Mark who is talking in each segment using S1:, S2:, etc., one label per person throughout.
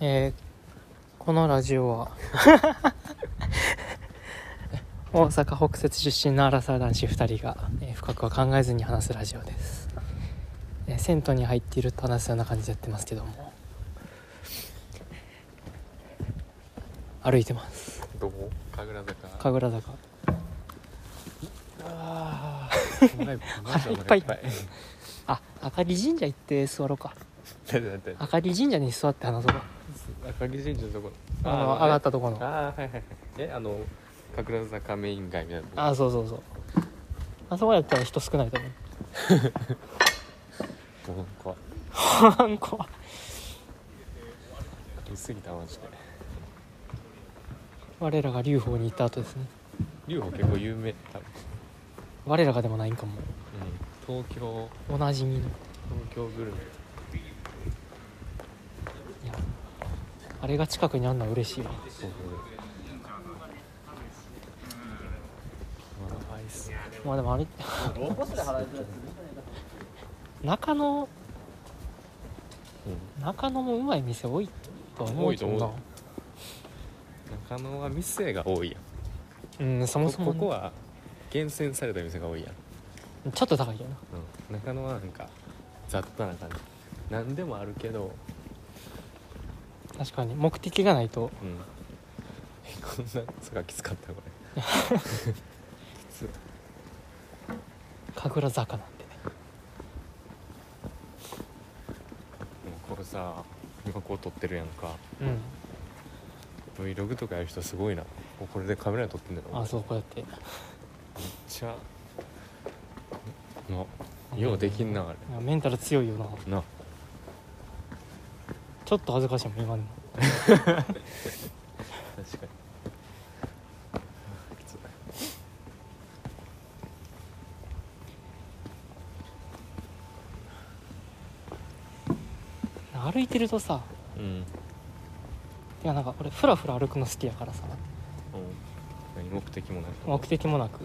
S1: えーこのラジオは 大阪北摂出身のアラサー男子2人が、えー深くは考えずに話すラジオです、えー銭湯に入っていると話すような感じでやってますけども歩いてます
S2: どこ神楽坂
S1: 神楽坂
S2: あ
S1: 腹いっぱいいっぱいあ赤城神社行って座ろうか赤城神社に座って話そうか
S2: 赤城神社のところ
S1: あの上がったところの
S2: ああーはいはいはいえあの神楽坂メイン街みたいなとこ
S1: あそうそうそうあそこやったら人少ないと思う
S2: なんか
S1: あんこ
S2: 言い過ぎたマジで
S1: 我らが劉邦に行った後ですね
S2: 龍保結構有名多分
S1: 我らがでもないんかも
S2: うん東京
S1: おなじみのい
S2: 東京グルメ
S1: やあれが近くにあんのは嬉しいわ
S2: そうあアイス
S1: まあでもあれ 中野
S2: うん
S1: 中野もうまい店多いとは思うけど
S2: 多いと
S1: な
S2: 思中野は店が多いやん
S1: うんそもそも
S2: こ
S1: ね、
S2: こは厳選された店が多いやん
S1: ちょっと高いけどな
S2: うん、中野はなんか雑多な感じ何でもあるけど、
S1: 確かに目的がないと
S2: うん、えこんなそがきつかったこれ
S1: 神楽坂なんて
S2: もうこれさ今こう撮ってるやんか
S1: うん
S2: Vlog とかやる人すごいなもうこれでカメラで撮ってんだよ
S1: あ
S2: う
S1: そうこうやって
S2: めっちゃなようできんなあ
S1: いやメンタル強いよな
S2: れな
S1: ちょっと恥ずかしいもん今でも
S2: 確かにあきつい
S1: 歩いてるとさ
S2: うん、うん、
S1: いやなんか俺フラフラ歩くの好きやからさ
S2: 何目的もない
S1: 目的もなく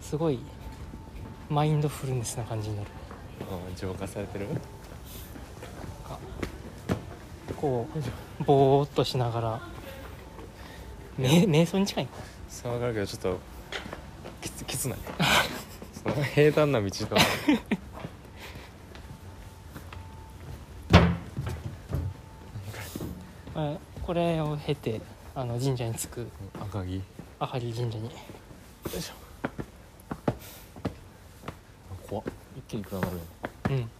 S1: すごいマインドフルネスな感じになる
S2: うん浄化されてる
S1: こうぼーっとしながらめ瞑想に近いの
S2: 騒がるけどちょっときつき つないその平坦な道とか
S1: えこれを経てあの神社に着く
S2: 赤城
S1: 阿波利神社に
S2: 怖っ一気に暗なるやん
S1: うん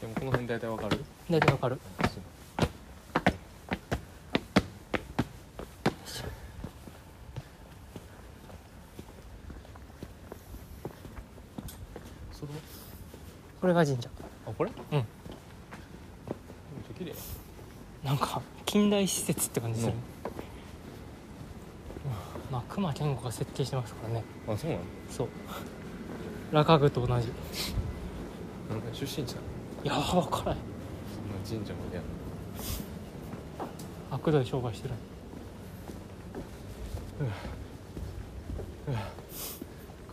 S2: でもこの辺大体わかる
S1: 大体わかる
S2: それ
S1: これが神社
S2: あこれ
S1: うん
S2: 綺麗
S1: なんか近代施設って感じする、
S2: うん
S1: まあ熊健吾が設計してますからね
S2: あそうなの
S1: そうラカグと同じ
S2: なんか出身地なの
S1: いやー分からへん
S2: そんな神社までやる
S1: 悪どい商売してる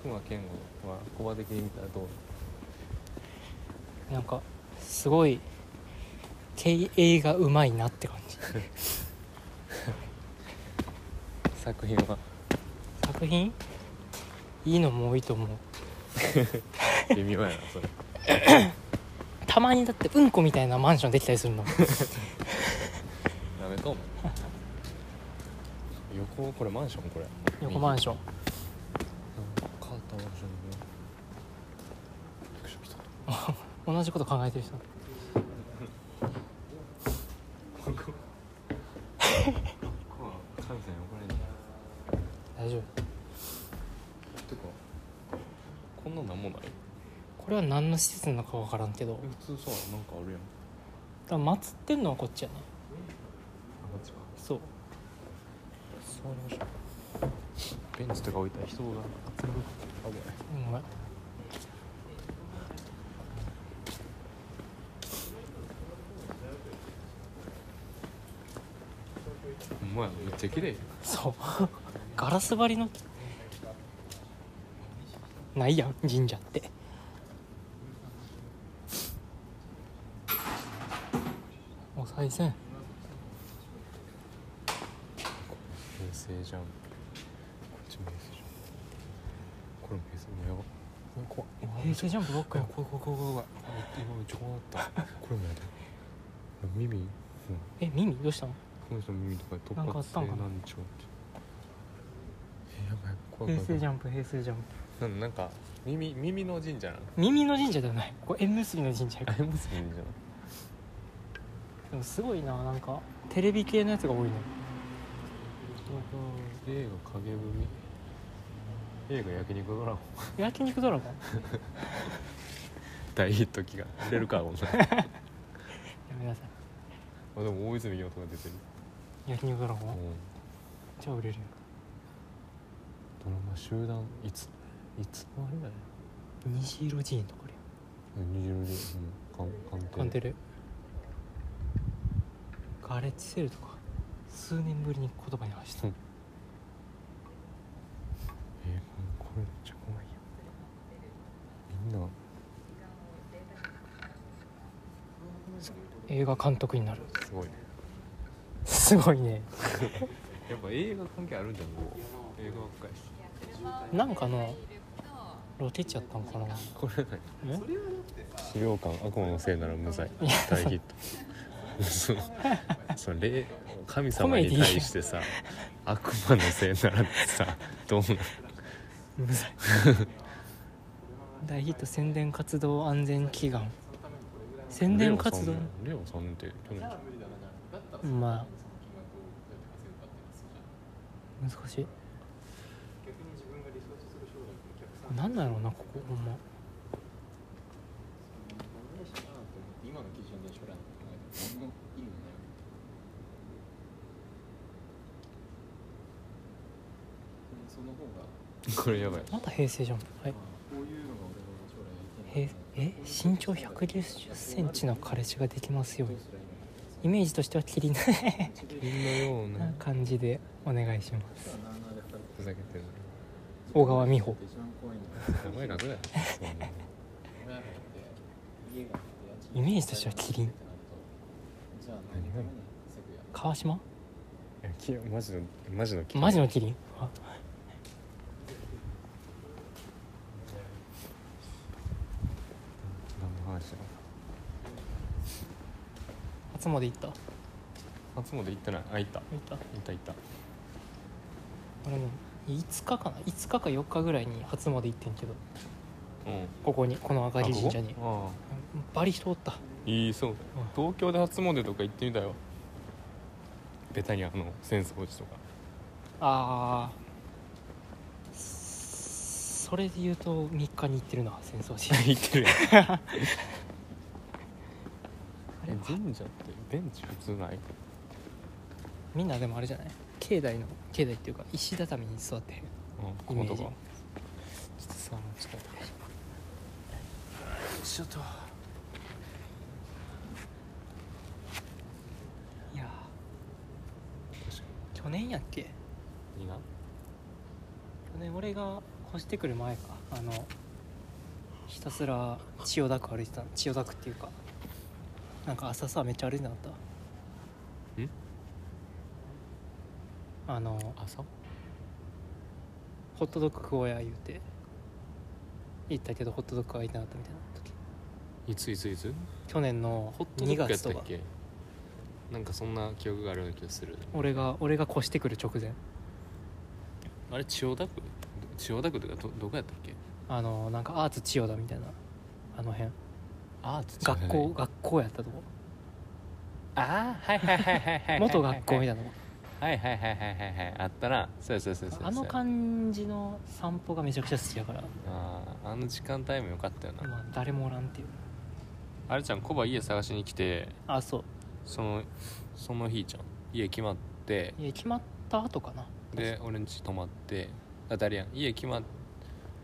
S2: 熊健吾は小場的に見たらどう
S1: なんかすごい経営がうまいなって感じ
S2: 作品は
S1: 作品いいのも多いと思う
S2: 微妙やなそれ
S1: たまにだってうんこみたいなマンションできたりするの
S2: ダメか も横これマンションこれ
S1: 横マンション
S2: カーターマンションだねびっくりした
S1: 同じこと考えてる人
S2: 神さんに怒られるんじゃな
S1: 大丈夫
S2: いてかこんなんなんもない
S1: これは何の施設なのか分からんけど
S2: 普通さなんかあるやん
S1: 多分祀ってんのはこっちやね
S2: あマジか
S1: そう
S2: 座りましょうベンチとか置いたら人が集まる
S1: うんごめん
S2: 危ないお前めっちゃ綺麗やん
S1: そうガラス張りのないやん神社ってお賽銭
S2: 平成じゃんこっちも平成じゃんこれも平成もうやばうわ怖っ
S1: 平成ジャンプばっか
S2: 怖
S1: や
S2: い怖い怖い怖い怖い怖い今めっちゃ怖かったこれもやだ耳うん
S1: え耳どうしたの
S2: この人の耳とか突
S1: なんかあっ
S2: 発
S1: た
S2: 性
S1: んかな
S2: 難聴ってえやばい怖
S1: 平
S2: い怖い怖
S1: 成
S2: い
S1: ジャンプ平成ジャンプ
S2: なんなんか耳耳の神社なの
S1: 耳の神社ではないこれ縁結びの神社やから
S2: あれもすごいじゃん
S1: でもすごいななんかテレビ系のやつが多いね
S2: 映画影踏み映画焼肉ドラゴン
S1: 焼肉ドラゴン
S2: 大ヒット期が売れるか女
S1: やめなさ
S2: あでも大泉洋とか出てる
S1: い焼肉ドラゴ
S2: う
S1: ン
S2: ん
S1: じゃあ売れるよ
S2: ドラマ集団いついつのあれだね
S1: 虹色寺院とかあるよ
S2: 虹色で、うん、かん
S1: カンテレガレッジセールとか数年ぶりに言葉に発した
S2: うんえー、これこれめっちゃ怖いよみんな
S1: 映画監督になる
S2: すごいね
S1: すごいね
S2: やっぱ映画関係あるんじゃんもう映画ばっかり
S1: なんかのロケちゃったのかな
S2: これ何
S1: え
S2: 資料館悪魔のせいなら無罪大ヒットそのその霊神様に対してさ悪魔のせいならってさどうなの
S1: 無罪大ヒット宣伝活動安全祈願宣伝活動
S2: レオさんって去年じゃん
S1: まあ難しいなんだろうなここほんま
S3: 今の基準で将来の考えても何の意味もないわけでその方が
S2: これやばい
S1: また平成ジャンプはい
S3: こういうのが俺の将来やりたい
S1: へえ身長1 9 0センチの彼氏ができますようにイメージとしてはキリな
S2: みんなような
S1: な感じでお願いします
S3: なあなあで働く
S2: ふざけてる
S1: 小川美穂
S3: って一番怖いのは
S2: お前楽だよそんな
S3: 親がいて家があって
S1: イメージとしてはキリン
S3: ってなるとじゃあ何のためにセグやる
S1: 川島
S2: いやきマジのマジの
S1: マジのキリンあ
S2: 何の話だ
S1: 初詣行った行
S2: 初詣行ってないあ行った行
S1: った
S2: った行った
S1: 俺ね5日かな5日か4日ぐらいに初詣行ってんけど
S2: うん
S1: ここにこの赤城神社に
S2: あここ
S1: バリ人おった
S2: ああいいそう東京で初詣とか行ってみたよベタにあの浅草寺とか
S1: あーそそれで言うと3日に行ってるな戦争し
S2: 行ってるやん
S1: あれ
S2: 神社ってベンチ普通ない
S1: みんなでもあれじゃない境内の境内っていうか石畳に座って
S2: うんこ
S1: イメ
S2: こ
S1: ージ
S2: とかちょっとさちょっと待って
S1: ちょっといや
S2: 確か
S1: ー去年やっけ
S2: にいいな
S1: 去年俺が越してくる前かあのひたすら千代田区歩いてたの千代田区っていうかなんか朝さめっちゃ歩いてなかった
S2: ん
S1: あの
S2: 朝
S1: ホットドッグ食おうや言うて行ったけどホットドッグ空いてなかったみたいな時
S2: いついついつ
S1: 去年の
S2: ホットド
S1: 2
S2: ッグやっ
S1: 月
S2: た
S1: と
S2: っ
S1: か
S2: けなんかそんな記憶があるような気がする
S1: 俺が俺が越してくる直前
S2: あれ千代田区千代田区とかどどこやったっけ
S1: あのなんかアーツ千代田みたいなあの辺
S2: あーちょっと
S1: 学校学校やったとこ
S2: ああはいはいはいはいはい
S1: 元学校みたい
S2: い
S1: なとこ
S2: なはいはいはいはいはいはいあったなそうやそうやそうやそうや
S1: あの感じの散歩がめちゃくちゃ好きだから、
S2: あーあの時間帯も良かったよな、
S1: まあ、誰もおらんっていう
S2: あれちゃんコバ家探しに来て
S1: あそう
S2: そのその日ちゃん家決まって
S1: いや決まった後かな
S2: で俺ん家泊まってあ誰やん家決まっ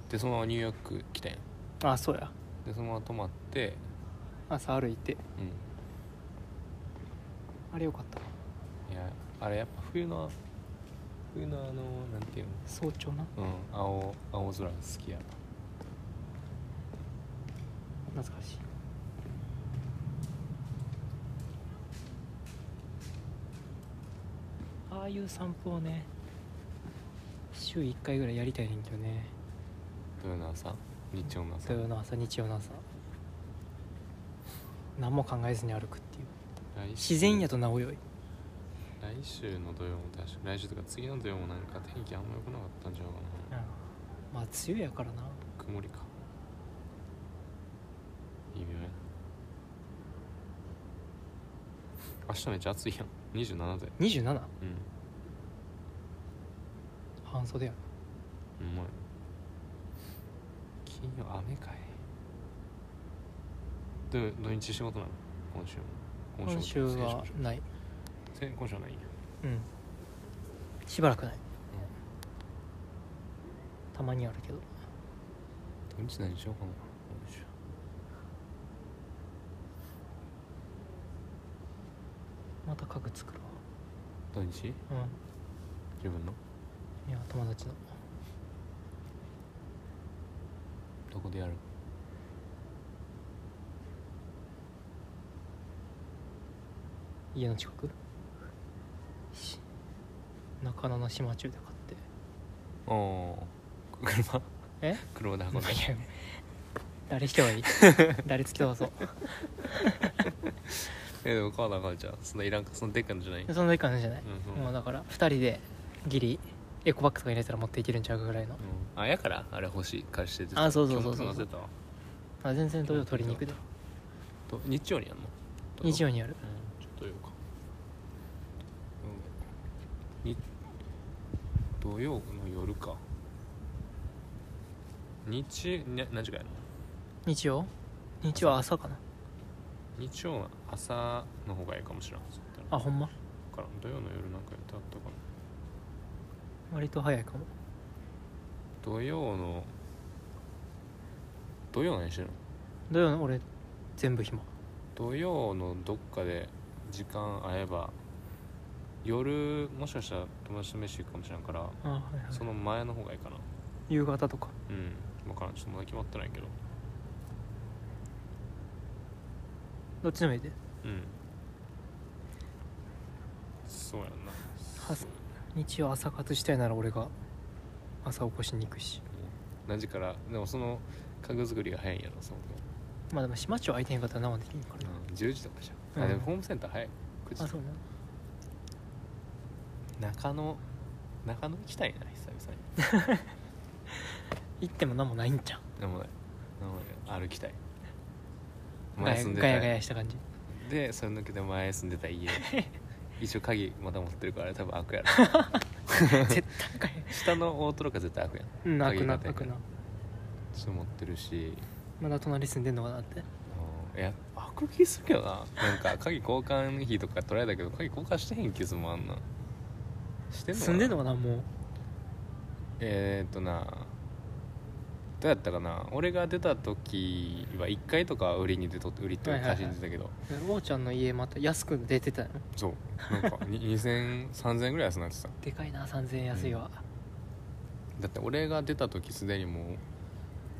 S2: てそのままニューヨーク来たやん
S1: あそうや
S2: でそのまま泊まって
S1: 朝歩いて
S2: うん
S1: あれよかったない
S2: やあれやっぱ冬の冬のあのなんていう
S1: 早朝な
S2: のうん青青空好きや
S1: 懐かしいああいう散歩をね週1回ぐらいやりたいねんけどね
S2: 土曜の朝日曜の朝
S1: 土曜の朝日曜の朝何も考えずに歩くっていう
S2: 来週
S1: 自然やとなおよい
S2: 来週の土曜も確か来週とか次の土曜もなんか天気あんま良くなかったんちゃうかな
S1: まあ梅雨やからな
S2: 曇りか微妙やな明日めっちゃ暑いやん27度や
S1: 27
S2: うん
S1: 半袖やな
S2: うまい金曜雨かいで土日仕事なの今週も
S1: 今週はない
S2: 先週今週はないんや
S1: うんしばらくない、たまにあるけど
S2: 土日何しようかな今週
S1: また家具作ろ
S2: 土
S1: う
S2: 日
S1: うん
S2: 自分の
S1: いや友達の
S2: どこでやる
S1: 家の近くし中野の島中で買って
S2: おおー車
S1: え
S2: 車で運んで
S1: いや誰人がいい誰つき 飛ばそう
S2: えでも買わなあかんじゃんそんないらんかそんなでっかいのじゃない
S1: でそんな感じじゃない、
S2: うんうん
S1: もうだから2人でギリエコバッグとか入れたら持っていけるんちゃうかぐらいの
S2: うんあやからあれ欲しい貸してて
S1: あそうそうそうそう
S2: 今日も忘れたわ
S1: あ全然土曜取りに行くで
S2: と日曜にやんの
S1: 日曜
S2: に
S1: にやる
S2: うんちょっと曜かうんに土曜の夜か日ね何時からやんの
S1: 日曜日曜は朝かな
S2: 日曜の朝の方がいいかもしれんそうだったら
S1: あほんま
S2: からん土曜の夜なんかやってあったかな
S1: 割と早いかも
S2: 土曜の土曜何してるの
S1: 土曜の俺全部暇
S2: 土曜のどっかで時間合えば夜もしかしたら友達と飯行くかもしれんから
S1: あはいはい
S2: その前の方がいいかな
S1: 夕方とか
S2: うん分からんちょっとまだ決まってないけど
S1: どっちでもいいで
S2: うんそうやんな
S1: は
S2: そう
S1: 日曜朝活したいなら俺が朝起こしに行くし
S2: 何時からでもその家具作りが早いんやろそも
S1: まあでも島町空いてへんかったら生できんか
S2: そ
S1: ら
S2: も
S1: な、
S2: うん、10時とかじゃん、あでもホームセンター早い9時
S1: あそうな
S2: 中野中野行きたいな久々に
S1: 行っても何もないんじゃん
S2: でもねでもね 歩きたい
S1: ガヤ
S2: 住んで
S1: ガ
S2: た
S1: ヤガヤした 感じ
S2: でそれ抜けて前住んで た家一応鍵まだ持ってるからあれ多分開くやろ
S1: 絶対ガヤ
S2: 下の大トロが絶対開くやん
S1: うん泣く
S2: 鍵
S1: な
S2: 立て
S1: 泣くな
S2: ちょっと持ってるし
S1: まだ隣住んでんのかなって
S2: うんいや開く気するけどななんか鍵交換費とか取られたけど鍵交換してへん気するもんあんなしてんのかな
S1: 住んでんのかなもう
S2: えー、っとなどうやったかな俺が出た時は1階とかは売りに出とって売りっていうか
S1: はいはい
S2: 貸し
S1: はい
S2: に出たけど、
S1: 王ちゃんの家また安く出てたよ
S2: そうなんか に20003000円ぐらい安くなってた
S1: でかいな3000円安いわ、
S2: だって俺が出た時すでにも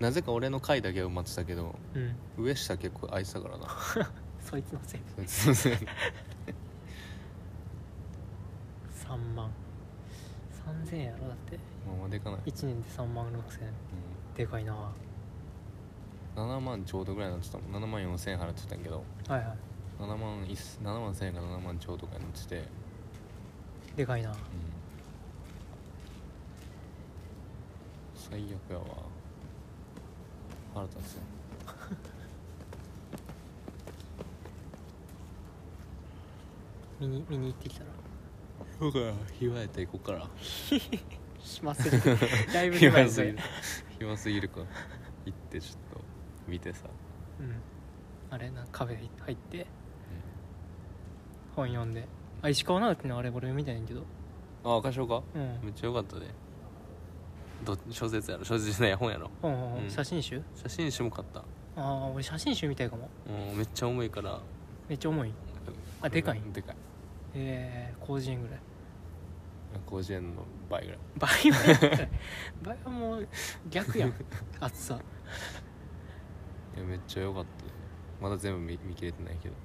S2: うなぜか俺の階だけは埋まってたけど
S1: うん
S2: 上下結構空いてたから な
S1: そいつのせい
S2: そうそう
S1: 3万3000円やろだって
S2: まあまあでかない、うん、
S1: 1年で3万6000円でかいなは
S2: 7万ちょうどぐらいになってたもん7万4000円払ってたんやけど
S1: いは
S2: 7万一7万1000円か7万ちょうどぐらいになってて、うん、
S1: いでかいな
S2: 最悪やわ腹立つね
S1: 見に見に行ってきたら
S2: そうか暇やったら行こうから
S1: 暇すぎ るだいぶ
S2: 暇
S1: そ
S2: すぎ
S1: れ
S2: る暇すぎるか行ってちょっと見てさ、
S1: うんあれなカフェ入って
S2: う
S1: 本読んであ石川直樹のあれ俺みたいねんけど
S2: ん、ああ貸しようか
S1: うん
S2: めっちゃ良かったねど小説やろ小説じゃない本やろ
S1: ほんほんほ
S2: うんん
S1: 写真集
S2: 写真集も買った
S1: ああ俺写真集みたいかも
S2: もうめっちゃ重いから
S1: めっちゃ重いあでかい
S2: でかい
S1: ええ広辞苑ぐらい
S2: 50円の 倍ぐらい
S1: 倍 はやったら倍はもう逆やん厚さ
S2: いやめっちゃ良かったねまだ全部見見切れてないけど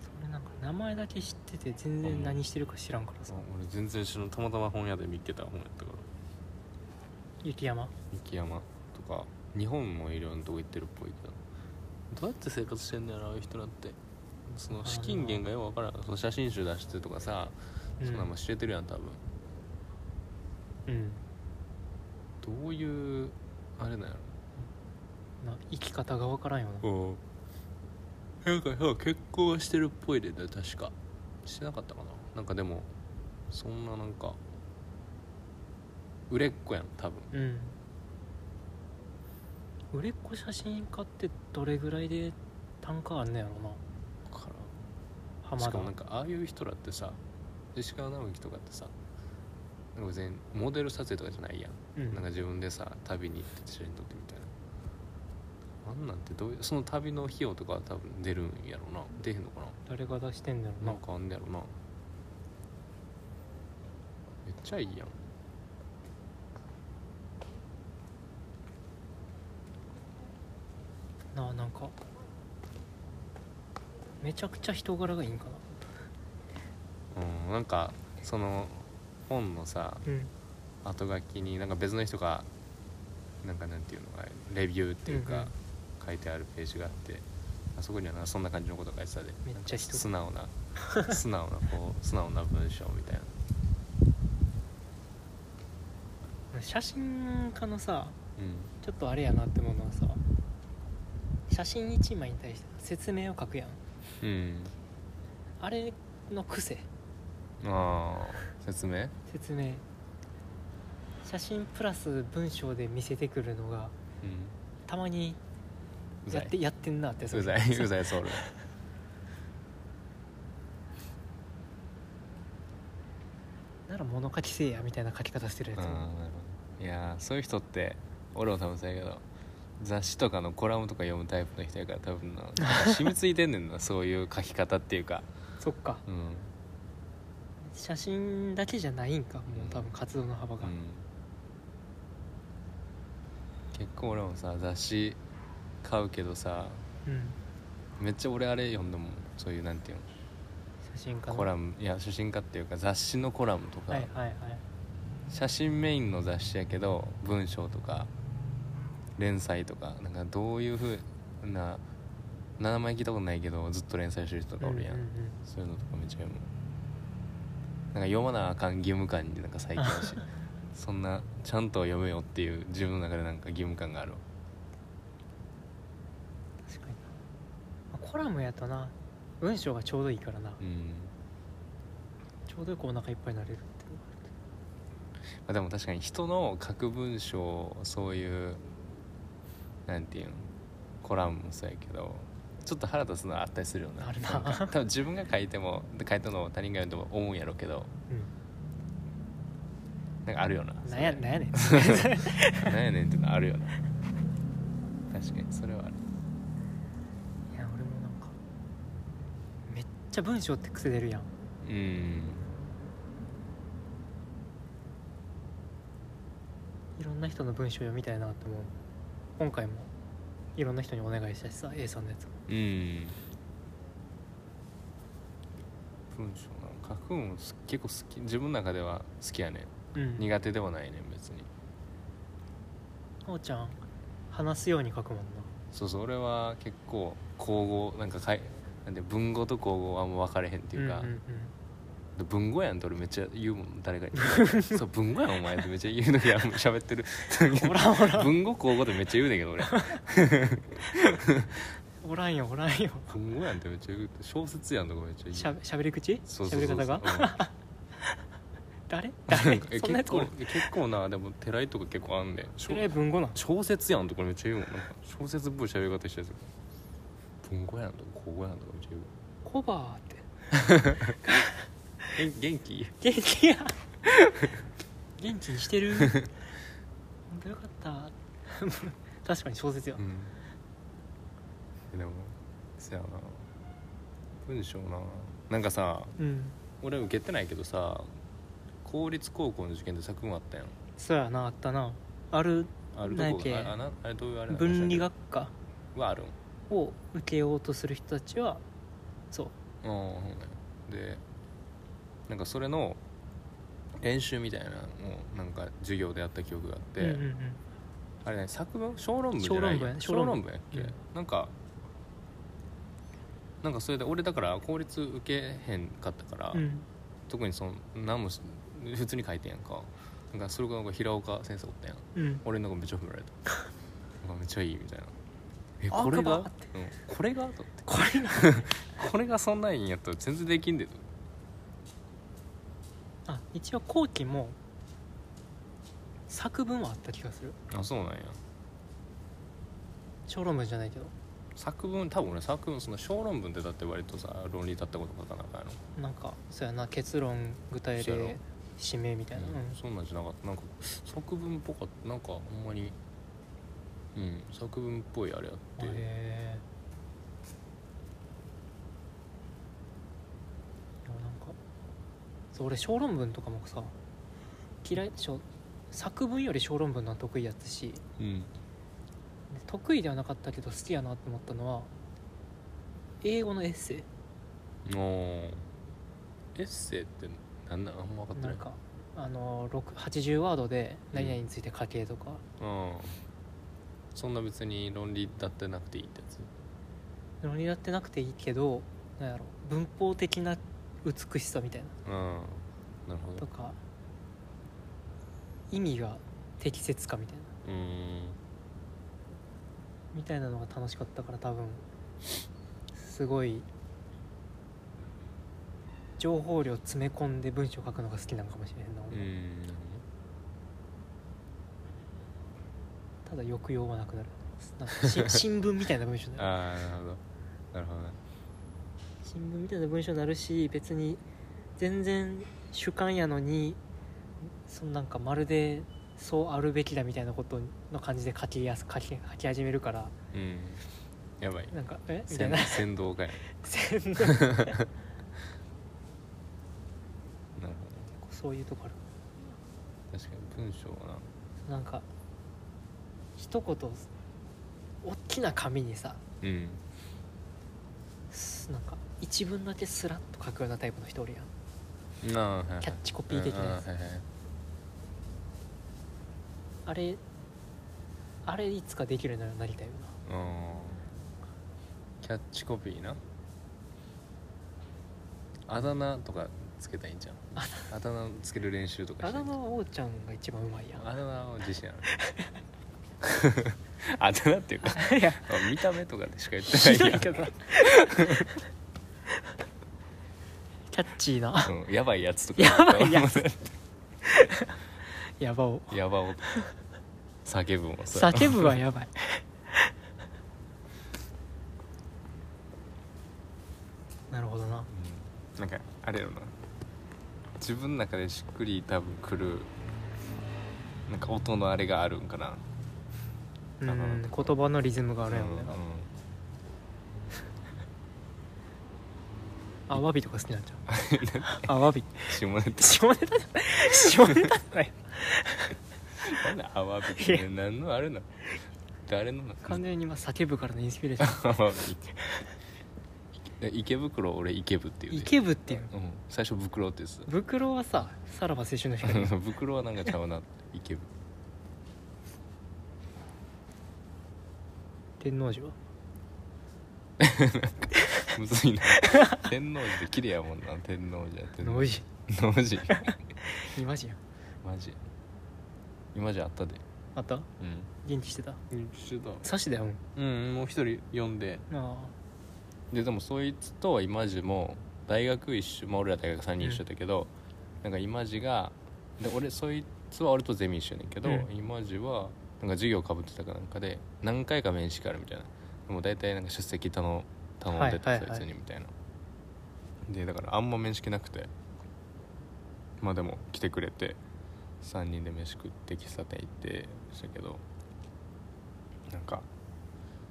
S1: それなんか名前だけ知ってて全
S2: うん
S1: 然何してるか知らんから
S2: あ
S1: さ
S2: 俺全然知らんたまたま本屋で見っけた本やったから
S1: 雪山
S2: 雪山とか日本もいろんなとこ行ってるっぽいけどどうやって生活してんだよなああいう人だってその資金源がよくわからんその写真集出してとかさ、
S1: うん
S2: そんなんも知れてるやん多分
S1: うん
S2: どういうあれなんや
S1: な生き方がわからんよな
S2: ろうんなんかさ結婚はしてるっぽいで、ね、確かしてなかったかななんかでもそんななんか売れっ子やん多分
S1: うん売れっ子写真家ってどれぐらいで単価あんのやろな
S2: からん
S1: 浜田
S2: しかもなんかああいう人らってさ石川直樹とかってさなんか別にモデル撮影とかじゃないやん、
S1: うん
S2: なんか自分でさ旅に行って写真撮ってみたいなあんなんてどういうその旅の費用とかは多分出るんやろな出へんのか
S1: 誰が出してんだろうな
S2: ななんかあんねやろなめっちゃいいやん
S1: なあなんかめちゃくちゃ人柄がいいんかな
S2: うんなんかその本のさ
S1: うん
S2: 後書きになんか別の人がなんかなんていうのかレビューっていう
S1: うん
S2: か書いてあるページがあってあそこにはなんかそんな感じのこと書いてたで
S1: めっちゃ人
S2: 素 直な素直なこう素直な文章みたいな
S1: 写真家のさ
S2: うん
S1: ちょっとあれやなって思うのはさ写真1枚に対して説明を書くやん
S2: うん
S1: あれの癖
S2: ああ説明
S1: 説明写真プラス文章で見せてくるのが
S2: うん
S1: たまに
S2: うざ
S1: やっ
S2: い
S1: てやってんなって
S2: う
S1: れ
S2: ざ いうざい ソウル
S1: なら物書きせえやみたいな書き方してるや
S2: う
S1: つ、
S2: んいやーそういう人って俺も多分そうやけど雑誌とかのコラムとか読むタイプの人やから多分ななんか染みついてんねんな そういう書き方っていうか
S1: そっか
S2: うん
S1: 写真だけじゃないんかもう多分活動の幅が、
S2: うん、結構俺もさ雑誌買うけどさ
S1: うん
S2: めっちゃ俺あれ読んでもんそういうなんていう
S1: 写真家
S2: の
S1: の
S2: コラムいや写真家っていうか雑誌のコラムとか、
S1: はいはいはい
S2: 写真メインの雑誌やけど文章とか連載とかなんかどういうふうな名前聞いたことないけどずっと連載してる人とかおるやん、
S1: うんうんうん
S2: そういうのとかめっちゃ読むなんか読まなあかん義務感になんか最近だしそんなちゃんと読めよっていう自分の中でなんか義務感があるわ
S1: 確かになまあコラムやとな文章がちょうどいいからな、
S2: うん、
S1: ちょうどよくお腹いっぱいになれるって
S2: まあ、でも確かに人の書く文章そういうなんていうのコラムもそうやけどちょっと腹立つのあったりするよな
S1: あるなん
S2: か多分自分が書いても書いたのを他人が読んでも思うんやろうけどなんかあるよな
S1: うん、な
S2: それ
S1: んやなんやねん
S2: なんやねんってのあるよな確かにそれはある
S1: いや俺もなんかめっちゃ文章って癖出るやん
S2: うん
S1: いろんな人の文章読みたいなと思う今回もいろんな人にお願いしたしさ A さんのやつも
S2: うん文章な書くのもす結構好き自分の中では好きやね
S1: うん
S2: ん苦手ではないねん別に
S1: あおちゃん話すように書くもんな
S2: そうそう俺は結構口語なんかかいなんで文語と口語はもう分かれへんっていうか、
S1: んんん
S2: 文語やんって俺めっちゃ言うもん誰かに そう文語やんお前ってめっちゃ言うのや喋 ってる
S1: おらんおらん
S2: 文語口語ってめっちゃ言うねんけど俺
S1: おらんよおらんよ
S2: 文語やんってめっちゃ言う小説やんとかめっちゃ言う
S1: しゃしゃべり口し
S2: そう
S1: ゃ
S2: そう
S1: べ
S2: そう
S1: り
S2: そう
S1: 方が
S2: うん
S1: 誰
S2: なん
S1: 誰
S2: かえ
S1: そんなや
S2: 結
S1: つお
S2: 構
S1: る
S2: え結構なでも寺井とか結構あんねん
S1: それ文語なん
S2: 小説やんとかめっちゃ言うもんなんか小説っぽい喋り方してる文語やんとか口語やんとかめっちゃ言う
S1: コバーって
S2: え元気
S1: 元気や元気にしてる本当よかった 確かに小説よ、
S2: うんでもそやな文章ななんかさ
S1: うん
S2: 俺受けてないけどさ公立高校の受験で作文あったやん
S1: そうやなあったなある
S2: ある
S1: な
S2: と
S1: い
S2: こ
S1: け
S2: ああなあれどういうあれなんか知らん
S1: 分
S2: け
S1: 理
S2: ど
S1: 学科
S2: があるん
S1: を受けようとする人たちはそう
S2: うんほんまやでなんかそれの練習みたいなのをなんか授業でやった記憶があって、
S1: うんうん
S2: あれね作文小論文じゃない
S1: 小論文や
S2: 小論文やっけ、
S1: 小論文
S2: なんかなんかそれで俺だから公立受けへんかったから、
S1: うんうん
S2: 特にその何もし普通に書いてんやんかなんかそれがなんか平岡先生おったやん
S1: うん
S2: 俺なんかめっちゃ褒められた なんかめっちゃいいみたいなえ
S1: あ
S2: これが、
S1: か
S2: うん
S1: ばっ、
S2: これがと思ってこ れがこれがそんなんいいんやったら全然できんでと
S1: あ一応後期も作文はあった気がする
S2: あそうなんや
S1: 小論文じゃないけど
S2: 作文多分俺作文その小論文ってだって割とさ論理立ったこと書かなあかんやろ
S1: なんかそうやな結論具体
S2: そうやろ
S1: 例指名みたいな、うん
S2: そんなんじゃなかったなんか作文っぽかったなんかほんまにうん作文っぽいあれやって
S1: へえいやなんかそう俺小論文とかもさ嫌いしょ作文より小論文のは得意やったし
S2: うん
S1: で得意ではなかったけど好きやなって思ったのは英語のエッセイ
S2: おーエッセイってなんなんあんま分かって
S1: な
S2: なんい
S1: かあの6 80ワードで何々について書けとか、
S2: うんそんな別に論理立ってなくていいってやつ
S1: 論理立ってなくていいけどなんやろ文法的な美しさみたいな
S2: うんなるほ
S1: と
S2: ど
S1: か意味が適切かみたいな
S2: うーん
S1: みたいなのが楽しかったから多分すごい情報量詰め込んで文章書くのが好きなのかもしれへんな
S2: う
S1: 俺
S2: ー
S1: は、
S2: んなる
S1: ただ抑揚はなくなるなんか し新聞みたいな文章に
S2: ほど
S1: なる
S2: ああなるほどなるほどね
S1: 新聞みたいな文章になるし別に全然主観やのにそのなんかまるでそうあるべきだみたいなことの感じで書きやす書き書き始めるから
S2: うんやばい
S1: なんかえみたい
S2: 先
S1: な
S2: 先導かや
S1: 全然
S2: なる
S1: そういうとこある
S2: ほど確かに文章はな
S1: なんか一言大きな紙にさ
S2: うん
S1: すなんか一文だけスラッと書くようなタイプの人おるやん
S2: ああはいはい
S1: キャッチコピー的なやつ
S2: うんうんはいはい
S1: あれあれいつかできるようになりたいよな
S2: うんキャッチコピーなあだ名とかつけたらいいんじゃんあだ名つける練習とか
S1: あ
S2: しな
S1: だ
S2: いと
S1: 名はおうちゃんが一番うまいやん
S2: あだ名を自信ある あだ名っていうか
S1: いや
S2: 見た目とかでしか言ってない
S1: ひど
S2: や
S1: い
S2: ん
S1: けどキャッチーな
S2: うんやばいやつとかやばいやつ
S1: やばお
S2: やばお叫ぶもさ
S1: 叫ぶはや ばいなるほどな
S2: うんなんかあれよな自分の中でしっくり多分くるなんか音のあれがあるんかな
S1: う
S2: なるほど
S1: ん言葉のリズムがあるやん、ね
S2: うん
S1: アワビとか好きなんちゃ うアワビ
S2: 下ネタ
S1: 下ネタじゃない下ネタじゃない
S2: なんだアワビってね何のあれなの誰のな
S1: 完全に今叫ぶからのインスピレーショ
S2: アワビい池袋俺池部っていう
S1: ン
S2: ね
S1: イケブっていう
S2: うん、最初袋ってやつ
S1: 袋はささらば青春の光
S2: 袋はなんかちゃうな池部
S1: 天王寺は
S2: むず いな天王寺で綺麗やもんな天王寺や天
S1: ノイジ
S2: 王寺
S1: 今じゃん
S2: マジ今じゃあったで
S1: あった
S2: うん
S1: 元気してた
S2: 一緒だ
S1: サシだよ
S2: うんもう一人呼んで
S1: あ
S2: ででもそいつとは今治も大学一緒、まあ、俺ら大学3人一緒だけど、なんか今治がで俺そいつは俺とゼミ一緒やねんけど、
S1: うん
S2: 今治はなんか授業かぶってたかなんかで何回か面識あるみたいなでも大体なんか出席頼頼んでた、
S1: はいはいはい
S2: そいつにみたいなでだからあんま面識なくてまあでも来てくれて3人で飯食って喫茶店行ってしたけどなんか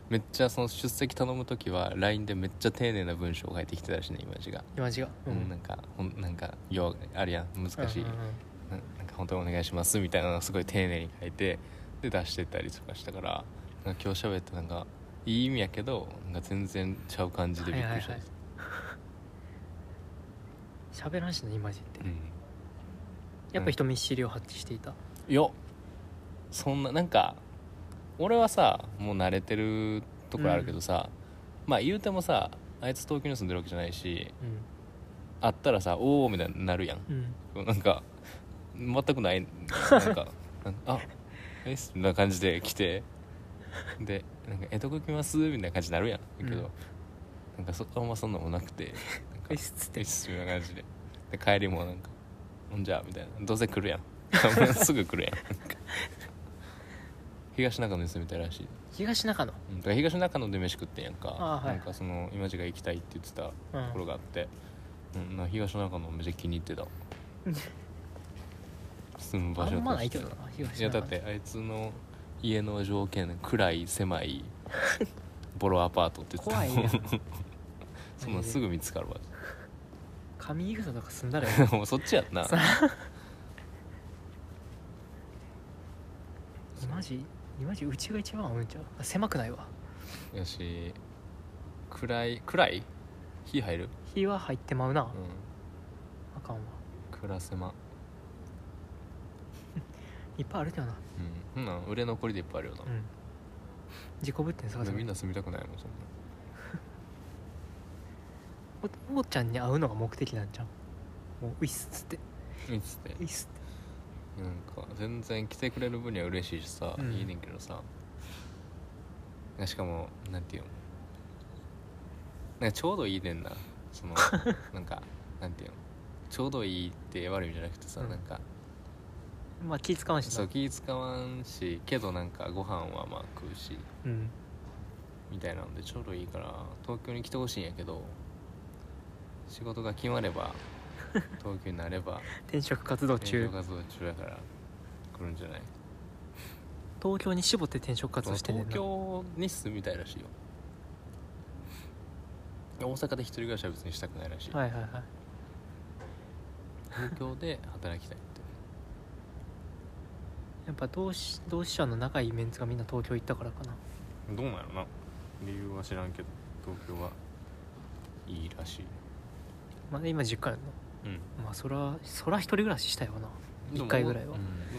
S2: めっちゃその出席頼む時は LINE でめっちゃ丁寧な文章を書いてきてたらしいね今字が、
S1: 今じが
S2: う、
S1: うん
S2: なんかほんなんかようあるやん難しい、
S1: うんうんうん
S2: ななんか本当にお願いしますみたいなのをすごい丁寧に書いてで出してったりとかしたからなんか今日喋ってなんかいい意味やけどなんか全然ちゃう感じでびっくりしたです、
S1: 喋らんしな今時って、
S2: い
S1: やっぱ人見知りを発揮していた、
S2: うん、よそんななんか俺はさもう慣れてるところあるけどさ、まあ言うてもさあいつ東京に住んでるわけじゃないし会ったらさ「おお」みたいになるやん
S1: うんうん
S2: なんか全くないなんかなんかあえっみたいな感じで来てで「なんかえどこ来ます?」みたいな感じになるやんだけど、
S1: うん
S2: なんかそこはあんまそんなもんな くてなんか
S1: えっつって
S2: えっすみたいな感じでで帰りもなんか「ほんじゃ」みたいな「どうせ来るやん」もう すぐ来るやんなんか東中野に住みたいらしい、
S1: 東中野
S2: うん、だから東中野で飯食ってんやんか、
S1: あーはい
S2: なんかその今地が行きたいって言ってた
S1: う
S2: ところ
S1: ん
S2: があって、うん、な東中野めっちゃ気に入っ てた住む場
S1: あ
S2: 所
S1: んま
S2: と
S1: ない
S2: して
S1: けどな東中野
S2: いやだってあいつの家の条件暗い 狭いボロアパートって
S1: 怖い
S2: も
S1: やん
S2: そんなんすぐ見つかるわ
S1: 上井草とか住ん だら
S2: もうそっちやんな
S1: さ今時今時うちが一番合うんちゃうあ狭くないわ
S2: よし暗い暗い火入る、
S1: 火は入ってまうな、
S2: う
S1: あかんわ
S2: ん、暗狭
S1: いっぱいあるけどな
S2: うんうんなん売れ残りでいっぱいあるよな
S1: う、ん自己物件探
S2: で
S1: せばい
S2: み
S1: い
S2: んな住みたくないもんそんな
S1: おおーちゃんに会うのが目的なんじゃんもうういっすっつって
S2: いつって
S1: ういっすって
S2: なんか全然来てくれる分には嬉しいしさ、
S1: うん
S2: いいねんけどさしかもなんていうのなんかちょうどいいねんなその なんかなんていうのちょうどいいって悪い意味じゃなくてさ、
S1: うん
S2: なんか
S1: まあ気使わんし
S2: そ
S1: な
S2: う気使わんしけどなんかご飯はまあ食うし
S1: うん
S2: みたいなのでちょうどいいから東京に来てほしいんやけど仕事が決ま れば東京になれば
S1: 転職活動
S2: 営
S1: 中
S2: 業活動中やから来るんじゃない
S1: 東京に絞って転職活動してんねん
S2: 東
S1: な
S2: 京に住みたいらしいよ大阪で一人暮らしは別にしたくないらしい、
S1: はいはいはい
S2: 東京で働きたいって
S1: やっぱ同志同志社の仲いいメンツがみんな東京行ったからかな
S2: どうなんやろな理由は知らんけど東京はいいらしい
S1: まあ今実家やんな
S2: うん
S1: まあそらそら一人暮らししたよな一回ぐらいは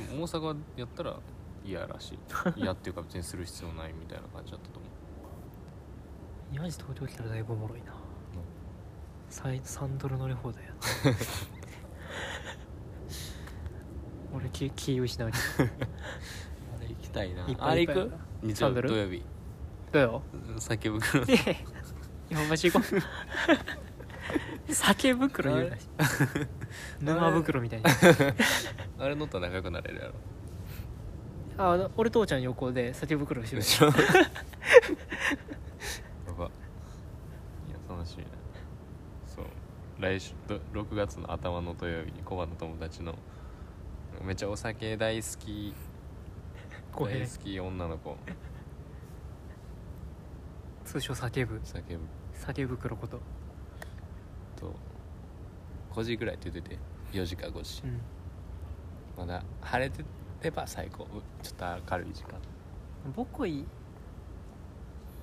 S2: でも大阪やったら嫌 らしい嫌っていうか別にする必要ないみたいな感じだったと思
S1: 今時東京来たらだいぶおもろいなサイ3ドル乗り放題や 俺気気失うに
S2: うあれ行きたいない
S1: っぱ
S2: あ
S1: いい
S2: れ
S1: っぱ
S2: 行
S1: い
S2: く日曜
S1: サンド
S2: 日
S1: ル
S2: 土曜日
S1: どうよ
S2: 酒 袋
S1: いやいや日本橋行こう酒袋言うなし 沼袋みたいに
S2: あれ乗ったら仲良くなれるやろ
S1: ああの俺父ちゃん横で酒袋後ろに
S2: 後ろ やばいや楽しいなそう来週ど6月の頭の土曜日にコバの友達のめっちゃお酒大好き
S1: 小
S2: 大
S1: 平
S2: 好き女の子
S1: 通称酒部
S2: 酒ぶ
S1: 酒袋こと
S2: と5時ぐらいって言ってて4時か5時
S1: う、ん
S2: まだ晴れてれば最高うちょっと明るい時間
S1: 僕い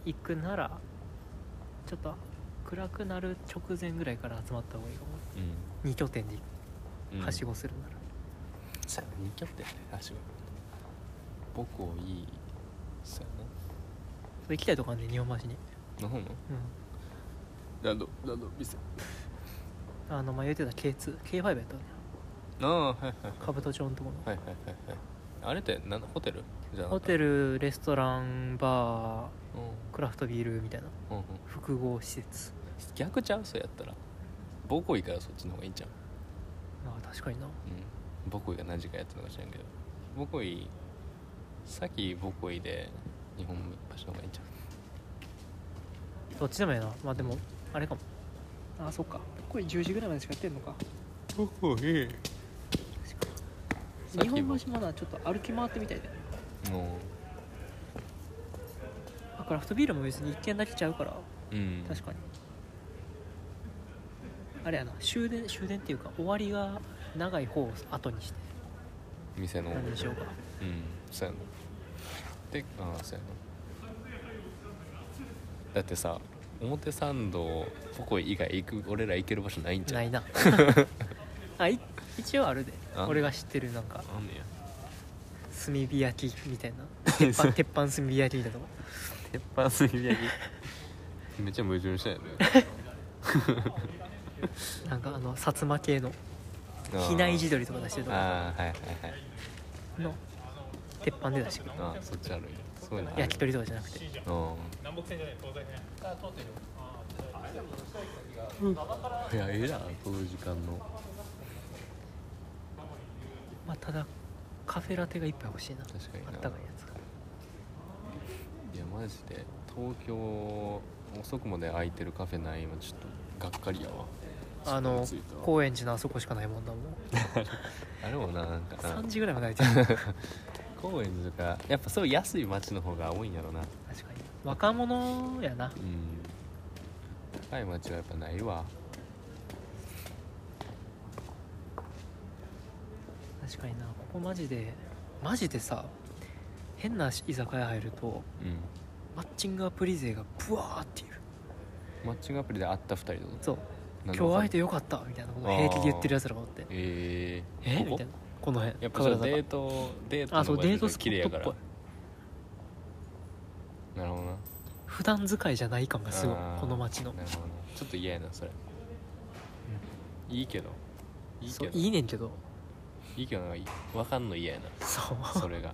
S1: 行くならちょっと暗くなる直前ぐらいから集まった方がいいかも
S2: う
S1: 2拠点で
S2: ん、
S1: はしごするなら、
S2: そうやな二拠点ねはしご母校いいそうや
S1: それ行きたいとこあんねん日本橋に
S2: な日本の
S1: う
S2: ランドランド店
S1: んあの前言ってた K2K5 やったの
S2: ああはいはい
S1: 兜町のところの、
S2: はいはいはいはいあれってなんホテルじゃなか
S1: ホ
S2: った
S1: テルレストランバ
S2: うん
S1: ークラフトビールみたいな
S2: うんうん
S1: 複合施設
S2: 逆ちゃうそれやったら母校行からそっちの方がいいんじゃん
S1: まあ確かにな
S2: うん母校が何時間やってるのか知らんけど母校さっき母校で日本橋の方がいいんじゃん
S1: どっちでもええなまあでもあれかもあそっかこれ10時ぐらいまでしかやってんのか
S2: 母校いい
S1: 日本橋まだちょっと歩き回ってみたいで
S2: も
S1: あクラフトビールも別に1軒だけちゃうから
S2: ううん
S1: 確かにあれやな終電終電っていうか終わりが長い方を後にして
S2: 店の
S1: 何にしようか
S2: うんそうやなでああそうやだってさ表参道ポコイ以外行く俺ら行ける場所ないんじゃ
S1: ない なあい一応あるで
S2: あ
S1: 俺が知ってるなんか
S2: あんねや
S1: 炭火焼きみたいな 鉄板鉄板炭火焼きだとか
S2: 鉄板炭火焼きめっちゃ矛盾したよ ね
S1: なんかあの薩摩系の
S2: あー
S1: 比内地鶏とか出してるとか
S2: ああはいはいはい
S1: の鉄板で出してくる
S2: あーそっちあるんやそういうのある
S1: 焼き鳥とかじゃなくて
S2: うんいやええなこの時間の
S1: まあただカフェラテが一杯欲しいな
S2: 確かにな
S1: あったかいやつが
S2: いやマジで東京遅くまで空いてるカフェない今ちょっとがっかりやわ
S1: あの
S2: ちょっと
S1: 高円寺のあそこしかないもん だもん
S2: あれもななんかな
S1: 3時ぐらいまで空いてる
S2: 高円寺とかやっぱそういう安い街の方が多いんやろなうん
S1: 確かに若者やな
S2: 高い街はやっぱないわ
S1: 確かになここマジでマジでさ変な居酒屋入ると
S2: うん
S1: マッチングアプリ勢がブワーっていう
S2: マッチングアプリで会った2人と
S1: そう
S2: 今
S1: 今日会えてよかったみたいなことを平気で言ってるやつらがおって
S2: えー、
S1: え
S2: ここ
S1: みたいなこの辺
S2: やっぱそれ
S1: 神
S2: デー
S1: 楽
S2: トデート
S1: 坂あそう
S2: の方が
S1: デートスポ
S2: 綺麗
S1: ッ
S2: や
S1: ト
S2: か
S1: っ
S2: ら
S1: ぽい
S2: なるほどな
S1: 普段使いじゃない感がすごい
S2: あー
S1: この街の
S2: なるほどなちょっと嫌やなそれ、いいけどいい
S1: そ
S2: け
S1: う
S2: ど
S1: いいねんけど
S2: いいけどなんか分かんの嫌や
S1: そう
S2: なそれが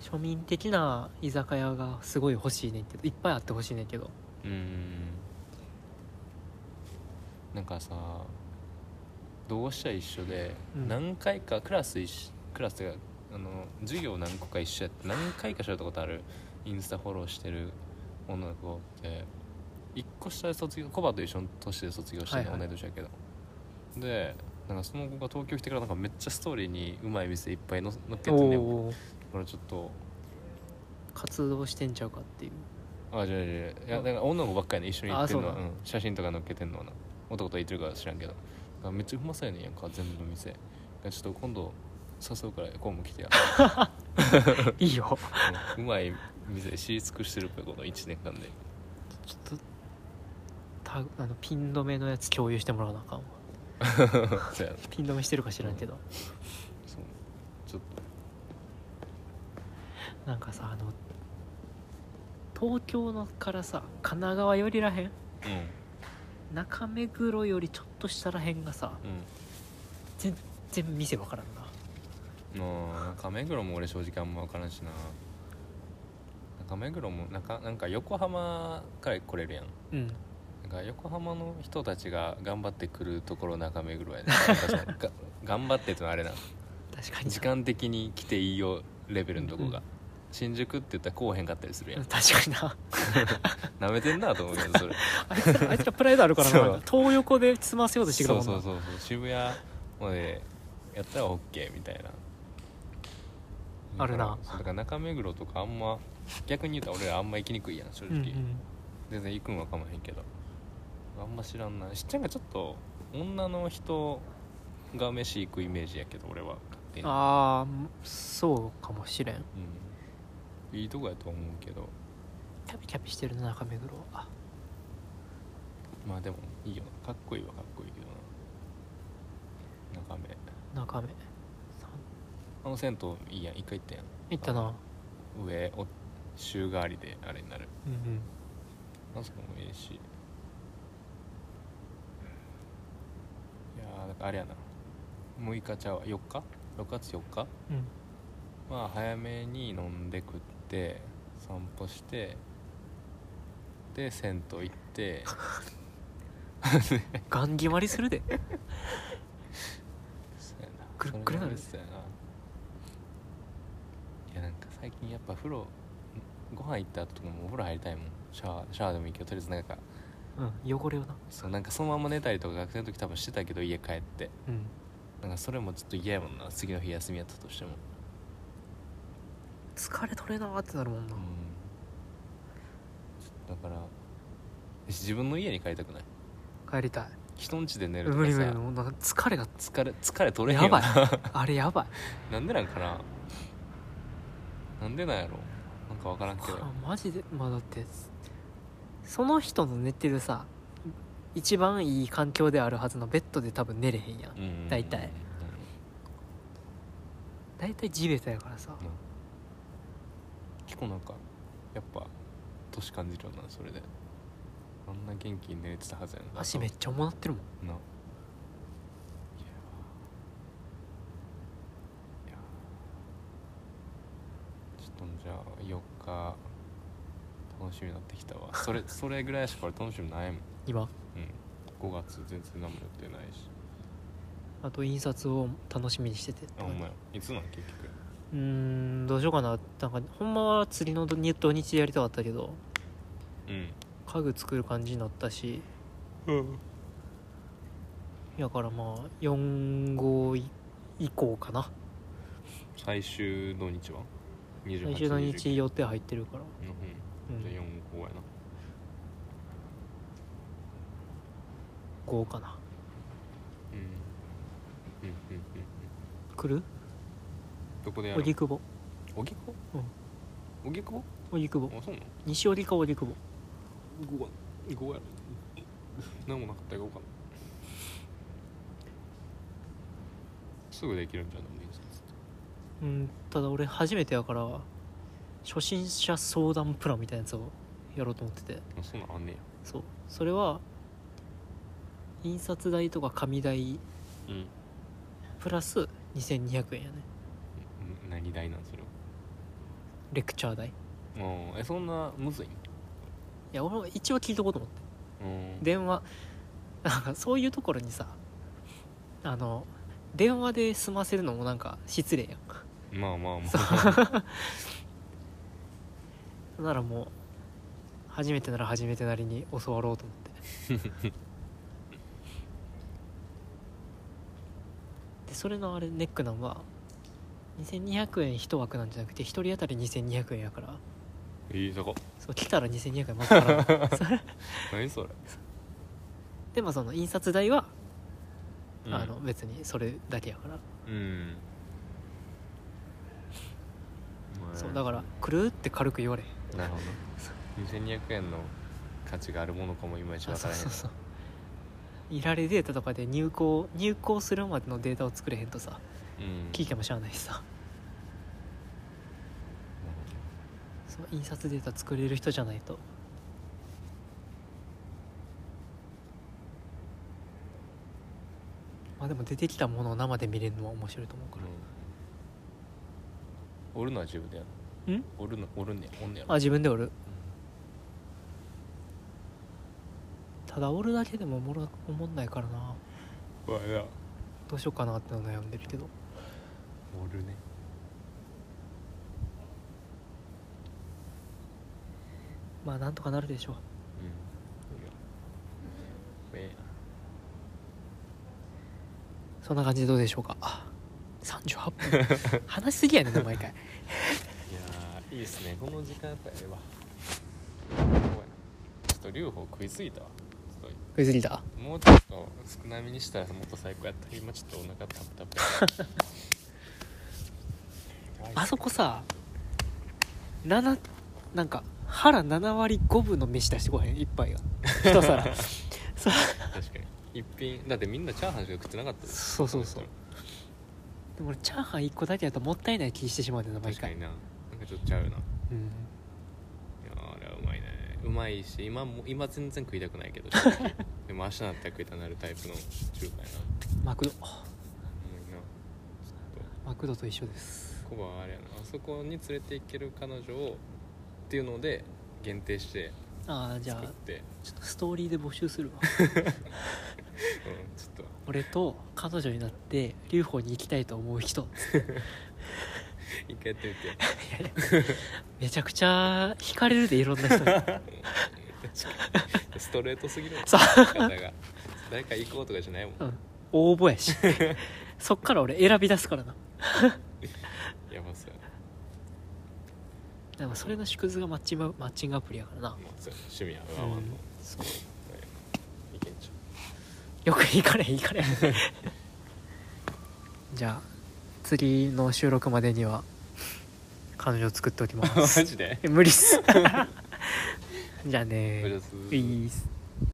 S1: 庶民的な居酒屋がすごい欲しいねんけどいっぱいあってほしいねんけど
S2: うーんなんかさ同志社一緒で
S1: うん
S2: 何回かクラス一緒クラスがあの授業何個か一緒やって何回かしゃべったことあるインスタフォローしてる女の子って一個下で卒業コバと一緒の年で卒業してね、
S1: はいはい
S2: 同い年やけどでなんかその子が東京来てからなんかめっちゃストーリーにうまい店いっぱいの乗っけてんねんだ
S1: おー
S2: からちょっと
S1: 活動してんちゃうかっていう
S2: あじゃあじゃあいやだから女の子ばっかりね一緒に行ってるのは
S1: あ
S2: う、
S1: そうん
S2: 写真とか載っけてんのはな男と行ってるから知らんけどだからめっちゃうまそうやねんやんか全部の店だからちょっと今度誘うから今うも来てや
S1: いいよ
S2: うんうまい店知り尽くしてるっぽいこの1年間で
S1: ちょっとタグあのピン止めのやつ共有してもらわなあかんわ
S2: そうやな
S1: ピン止めしてるか知らんけど、
S2: そうちょっ
S1: なんかさあの東京のからさ神奈川寄りらへん
S2: とうん
S1: 中目黒よりちょっと下らへんがさ全然店わからんな
S2: うんの中目黒も俺正直あんま分からんしな中目黒もなんかなんか横浜から来れるやん
S1: うん
S2: なんか横浜の人たちが頑張ってくるところ中目黒やねなんかそのが頑張ってってのはあれな
S1: 確かにな
S2: 時間的に来ていいよレベルのとこが、
S1: うん
S2: 新宿って言ったらこうへんかったりするや
S1: うんん確かにな
S2: なめてんなと思うけどそ れ
S1: あいつらあいつらプライドあるからな
S2: そう
S1: なんか東横で済ませようとしてくる
S2: そ
S1: も
S2: うん
S1: な
S2: そうそうそう渋谷までやったら OK みたいな
S1: あるな
S2: だからだから中目黒とかあんま逆に言うたら俺らあんま行きにくいやん正
S1: うん
S2: 直、全然行くんはかまへんけどあんま知らんなしっちゃんがちょっと女の人が飯行くイメージやけど俺は勝手
S1: うん、
S2: に
S1: ああそうかもしれん
S2: うん、いいとこやと思うけど
S1: キャピキャピしてるな中目黒は
S2: まあでもいいよなかっこいいはかっこいいけどな中目
S1: 中目
S2: あの銭湯いいやん一回行ったや
S1: 行ったな
S2: ん上お週替わりであれになる
S1: うんうん
S2: あそこもええしいやーだからあれやな6日ちゃうわ4日6月4日
S1: うん
S2: まあ早めに飲んで食って散歩してで銭湯行って
S1: ガン決まりするで
S2: そうやな
S1: ぐるっぐるなる
S2: それぐらいですやないやなんか最近やっぱ風呂んご飯行った後とかもお風呂入りたいもんシャワーシャワーでもいいけどとりあえずなんか
S1: うん汚れをな
S2: そうなんかそのまま寝たりとか学生の時多分してたけど家帰って
S1: うん
S2: なんかそれもちょっと嫌やもんな次の日休みやったとしても
S1: 疲れ取れなーってなるもんな、
S2: だから自分の家に帰りたくない
S1: 帰りたい
S2: 人ん家で寝ると
S1: 無
S2: か
S1: 理無理
S2: さ
S1: もうなんか疲 れが
S2: 疲れ疲れ取れ
S1: や
S2: へんよ
S1: ばい
S2: な
S1: あれやばい
S2: なんでなんかななんでなんやろなんかわからんけど
S1: あマジでまあだってその人の寝てるさ一番いい環境であるはずのベッドで多分寝れへんやん
S2: うん
S1: 大体大体地べたやからさ
S2: うん結構なんかやっぱ年感じるよなそれであんな元気に寝れてたはずやな
S1: 足めっちゃ重なってるもん
S2: ないやーいやーちょっとじゃあ4日楽しみになってきたわ それそれぐらいしか俺楽しみないもん、
S1: 今
S2: うん、5月全然何も予定ないし
S1: あと印刷を楽しみにしてて
S2: あほんまやいつなん結局
S1: うーんどうしようかななんかほんまは釣りの土土日でやりたかったけど
S2: うん
S1: 家具作る感じになったし
S2: うん
S1: やからまあ4号以降かな
S2: 最終土日は28
S1: 来週の
S2: 29
S1: 日予定入ってるから、
S2: う、
S1: うんん
S2: じゃあ4号やな
S1: 5かな
S2: うんうんうんうんうん
S1: 来る
S2: どこでやる
S1: 荻窪
S2: 荻窪荻窪
S1: 荻窪
S2: あそうなの
S1: 西荻か荻窪
S2: 5番5やろ何もなかったら行こうかなすぐできるんじゃないの印刷
S1: うんただ俺初めてやから初心者相談プランみたいなやつをやろうと思ってて
S2: あそんなんあんねや
S1: そうそれは印刷代とか紙代
S2: うん
S1: プラス2200円やね
S2: うん何代なんそれ
S1: レクチャー代い
S2: はうんえそんなむずいん
S1: や俺も一応聞いとこうと思って
S2: うん
S1: 電話なんかそういうところにさあの電話で済ませるのもなんか失礼やん
S2: まあまあま
S1: そ
S2: あ
S1: うならもう初めてなら初めてなりに教わろうと思って でそれのあれネックなんは2200円一枠なんじゃなくて一人当たり2200円やから
S2: いいとこ
S1: そう来たら2200円また払 うそう
S2: 何それ
S1: でもその印刷代は、
S2: うん
S1: あの別にそれだけやから、
S2: うん
S1: そうだから来るって軽く言われへん
S2: なるほど2200円の価値があるものかもいまいち
S1: あ
S2: 分か
S1: そう
S2: らへん
S1: そうそういられデータとかで入稿入稿するまでのデータを作れへんとさ
S2: うん
S1: 聞いても知らないしさ
S2: なるほど
S1: その印刷データ作れる人じゃないとまあでも出てきたものを生で見れるのは面白いと思うか
S2: うん、おるのは自分でや
S1: らん
S2: おるのおるんねやおんねやろ
S1: あ自分でおるただおるだけでもおもろおもんないからな
S2: わいや
S1: どうしようかなっての悩んでるけど
S2: おるね
S1: まあなんとかなるでしょう
S2: うんえ
S1: そんな感じでどうでしょうかあ38分 話しすぎやねんな毎回
S2: いやいいっすねこの時間やっぱええわすごいなちょっと両方食いすぎたわちょっ
S1: 食いすぎた
S2: ともうちょっと少なめにしたらもっと最高やった今ちょっとお腹タプタプややばいっす
S1: あそこさ7なんか腹7割5分の飯出してこへん一杯が一 皿そう
S2: 確かに一品だってみんなチャーハンしか食ってなかったです
S1: そうそうそうでも俺チャーハン1個だけだともったいない気してしまうんだよな毎
S2: 確か
S1: 回
S2: にななんかちょっとちゃうよない
S1: うん
S2: やーあれはうまいねうまいし今も今全然食いたくな いけど正直でも明日になったら食いたくなるタイプの中華やな
S1: マクド
S2: うまいなちょっ
S1: マクドと一緒です
S2: とコバはあれやなあそこに連れて行ける彼女をっていうので限定して
S1: ああじゃ
S2: 作っ
S1: あ
S2: て、
S1: ちょっとストーリーで募集するわ
S2: うん、ちょっと
S1: 俺と彼女になって留保に行きたいと思う人
S2: 一回やってみて
S1: めちゃくちゃ惹かれるでいろん な人に
S2: ストレートすぎるもん
S1: そう
S2: 方が誰か行こうとかじゃないもん
S1: うん応募や しそっから俺選び出すからな
S2: やばそうやな
S1: でもそれの縮図がマッチングマッチングアプリやからな
S2: まあそうやな趣味はワンワンの、
S1: そう
S2: いけんちゃう
S1: よく行かれへん行 かれへんじゃあ次の収録までには彼女を 作っておきます
S2: マジで
S1: え無理っすじゃあね
S2: おりゃす
S1: いいっす